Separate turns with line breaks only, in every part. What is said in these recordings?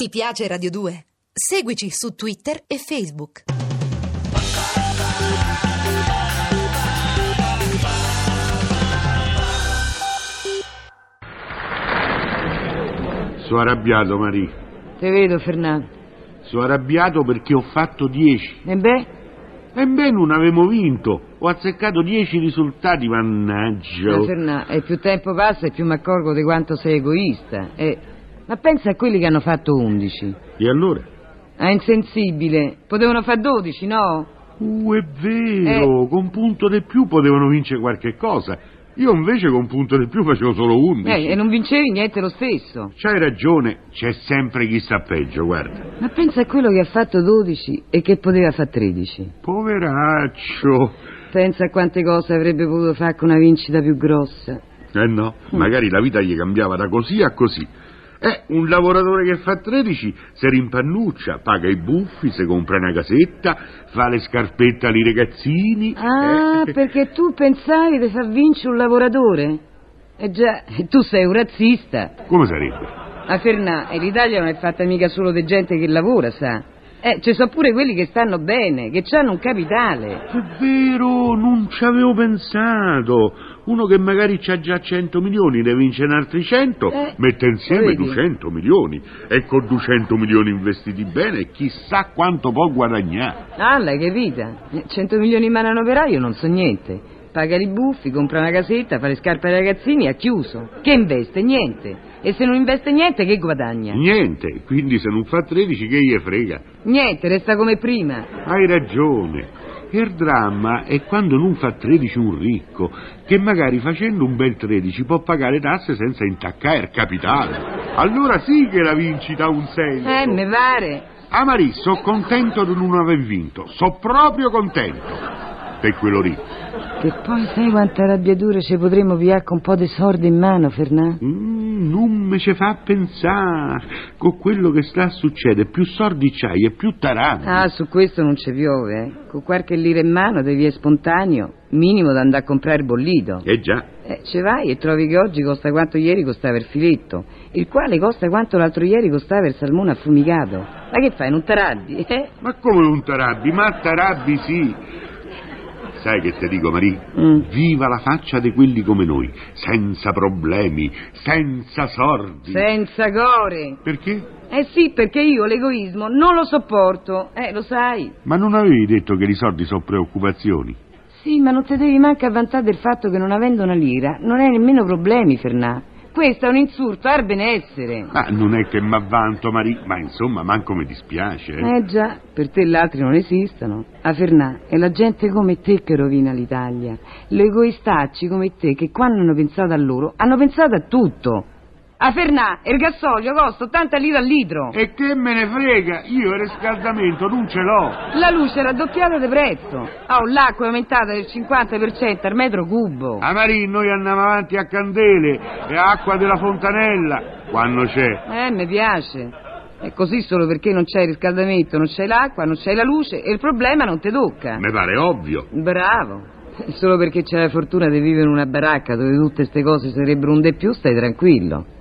Ti piace Radio 2? Seguici su Twitter e Facebook.
Sono arrabbiato, Marie.
Te vedo, Fernando.
Sono arrabbiato perché ho fatto 10.
E beh,
E beh, non avevo vinto. Ho azzeccato 10 risultati, mannaggia.
ma Fernando, e più tempo passa e più mi accorgo di quanto sei egoista. Eh, ma pensa a quelli che hanno fatto 11.
E allora?
È insensibile. Potevano fare 12, no?
Uh, è vero, con un punto di più potevano vincere qualche cosa. Io invece con un punto di più facevo solo 11.
Eh, e non vincevi niente lo stesso.
C'hai ragione, c'è sempre chi sta peggio, guarda.
Ma pensa a quello che ha fatto 12 e che poteva fare 13.
Poveraccio.
Pensa a quante cose avrebbe potuto fare con una vincita più grossa.
Eh no, magari la vita gli cambiava da così a così. Eh, un lavoratore che fa 13 si rimpannuccia, paga i buffi, si compra una casetta, fa le scarpette ai ragazzini.
Ah,
eh.
perché tu pensavi di far vincere un lavoratore? Eh già, e tu sei un razzista.
Come sarebbe?
Ma Fernà, e l'Italia non è fatta mica solo di gente che lavora, sa. Eh, ci sono pure quelli che stanno bene, che hanno un capitale.
È vero, non ci avevo pensato. Uno che magari ha già 100 milioni, ne vince un altri 100,
Eh,
mette insieme
vedi?
200 milioni. E con 200 milioni investiti bene, chissà quanto può guadagnare.
Alla, che vita! Eh, 100 milioni in mano a un operaio non so niente. Paga i buffi, compra una casetta, fa le scarpe ai ragazzini e ha chiuso. Che investe? Niente. E se non investe niente, che guadagna?
Niente, quindi se non fa 13 che gli frega.
Niente, resta come prima.
Hai ragione. Il dramma è quando non fa 13 un ricco, che magari facendo un bel 13 può pagare tasse senza intaccare il capitale. Allora sì che la vincita ha un senso.
Eh, me pare.
Amari, so contento di non aver vinto, so proprio contento per quello ricco.
Che poi sai quanta arrabbiatura ci potremmo pigliare con un po' di sordi in mano, Fernà?
Mm, non me ce fa pensare, con quello che sta a succedere, più sordi c'hai e più taranti.
Ah, su questo non ci piove, eh. Con qualche lira in mano devi è spontaneo, minimo da andare a comprare il bollito.
Eh già,
Eh, ci vai e trovi che oggi costa quanto ieri costava il filetto, il quale costa quanto l'altro ieri costava il salmone affumicato. Ma che fai, non t'arrabbi, eh?
Ma come non t'arrabbi? Ma t'arrabbi sì! Sai che ti dico, Marie?
Mm.
Viva la faccia di quelli come noi, senza problemi, senza sordi.
Senza gore.
Perché?
Eh sì, perché io l'egoismo non lo sopporto, eh, lo sai.
Ma non avevi detto che i sordi sono preoccupazioni?
Sì, ma non ti devi manca avvantare del fatto che non avendo una lira non hai nemmeno problemi, Fernà. Questo è un insulto al benessere.
Ma non è che m'avvanto, Marie, ma insomma, manco mi dispiace. eh.
Eh già, per te gli altri non esistono. A Fernà, è la gente come te che rovina l'Italia. Lo egoistacci come te che quando hanno pensato a loro, hanno pensato a tutto. A Fernà, il gasolio costa 80 lire al litro.
E che me ne frega? Io il riscaldamento non ce l'ho.
La luce è raddoppiata di prezzo. Oh, l'acqua è aumentata del 50% al metro cubo.
A Ah, Marie noi andiamo avanti a candele e a acqua della fontanella, quando c'è.
Eh, mi piace. È così solo perché non c'è il riscaldamento, non c'è l'acqua, non c'è la luce e il problema non ti tocca.
Mi pare ovvio.
Bravo. Solo perché c'è la fortuna di vivere in una baracca dove tutte queste cose sarebbero un de più, stai tranquillo.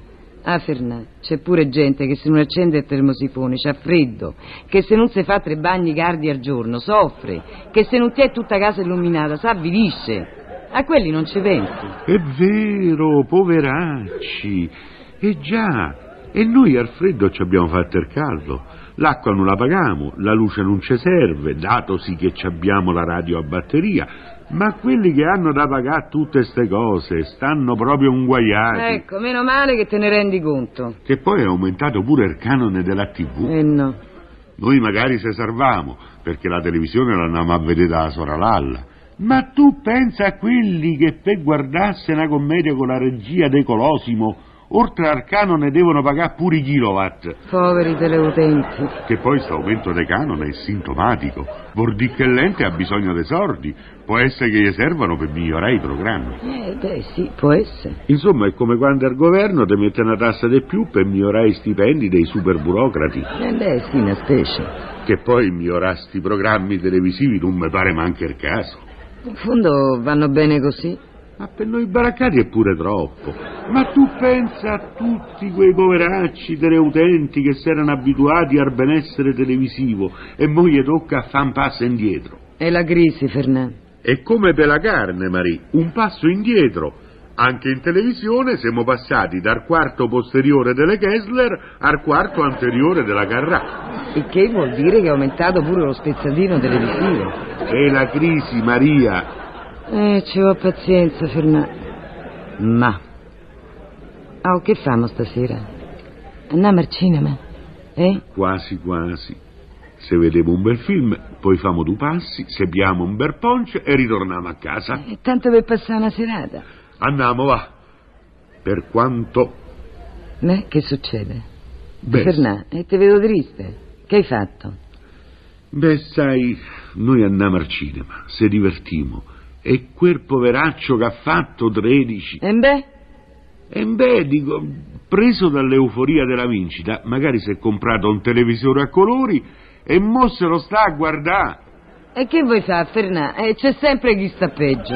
Ah, Fernà, c'è pure gente che se non accende il termosifone c'ha freddo, che se non si fa tre bagni cardi al giorno soffre, che se non ti è tutta casa illuminata s'avvilisce. A quelli non ci pensi.
È vero, poveracci. E già, e noi al freddo ci abbiamo fatto il caldo. L'acqua non la paghiamo, la luce non ci serve, dato sì che ci abbiamo la radio a batteria. Ma quelli che hanno da pagare tutte ste cose stanno proprio unguaiati.
Ecco, meno male che te ne rendi conto.
Che poi è aumentato pure il canone della TV.
Eh no.
Noi magari se salvavamo, perché la televisione l'andiamo a vedere dalla sora Lalla. Ma tu pensa a quelli che per guardarsi una commedia con la regia De Colosimo, oltre al canone devono pagare pure i kilowatt.
Poveri teleutenti.
Che poi questo aumento dei canone è sintomatico. Bordichellente ha bisogno dei sordi, può essere che gli servano per migliorare i programmi.
Eh, beh, sì, può essere.
Insomma, è come quando il governo ti mette una tassa di più per migliorare i stipendi dei superburocrati.
Eh, beh, sì, una specie.
Che poi migliorasti i programmi televisivi non mi pare manca il caso.
In fondo vanno bene così.
Ma per noi baraccati è pure troppo. Ma tu pensa a tutti quei poveracci teleutenti che si erano abituati al benessere televisivo e mo gli tocca a fare un passo indietro.
È la crisi, Fernà.
E come per la carne, Marie, un passo indietro. Anche in televisione siamo passati dal quarto posteriore delle Kessler al quarto anteriore della Carrà.
Il che vuol dire che è aumentato pure lo spezzatino televisivo.
È la crisi, Maria.
Eh, ci ho pazienza, Fernà. Ma. Oh, che famo stasera? Andiamo al cinema, eh?
Quasi quasi. Se vedevo un bel film, poi famo due passi, se abbiamo un bel ponce e ritorniamo a casa.
È tanto per passare una serata.
Andiamo, va. Per quanto...
Ma che succede?
Beh,
Fernà, eh, ti vedo triste. Che hai fatto?
beh, sai, noi andiamo al cinema, se divertimo. E quel poveraccio che ha fatto 13...
E Eh, beh,
E beh, dico, preso dall'euforia della vincita, magari si è comprato un televisore a colori e mo se lo sta a guardare.
e che vuoi fare, Fernà? Eh, c'è sempre chi sta peggio.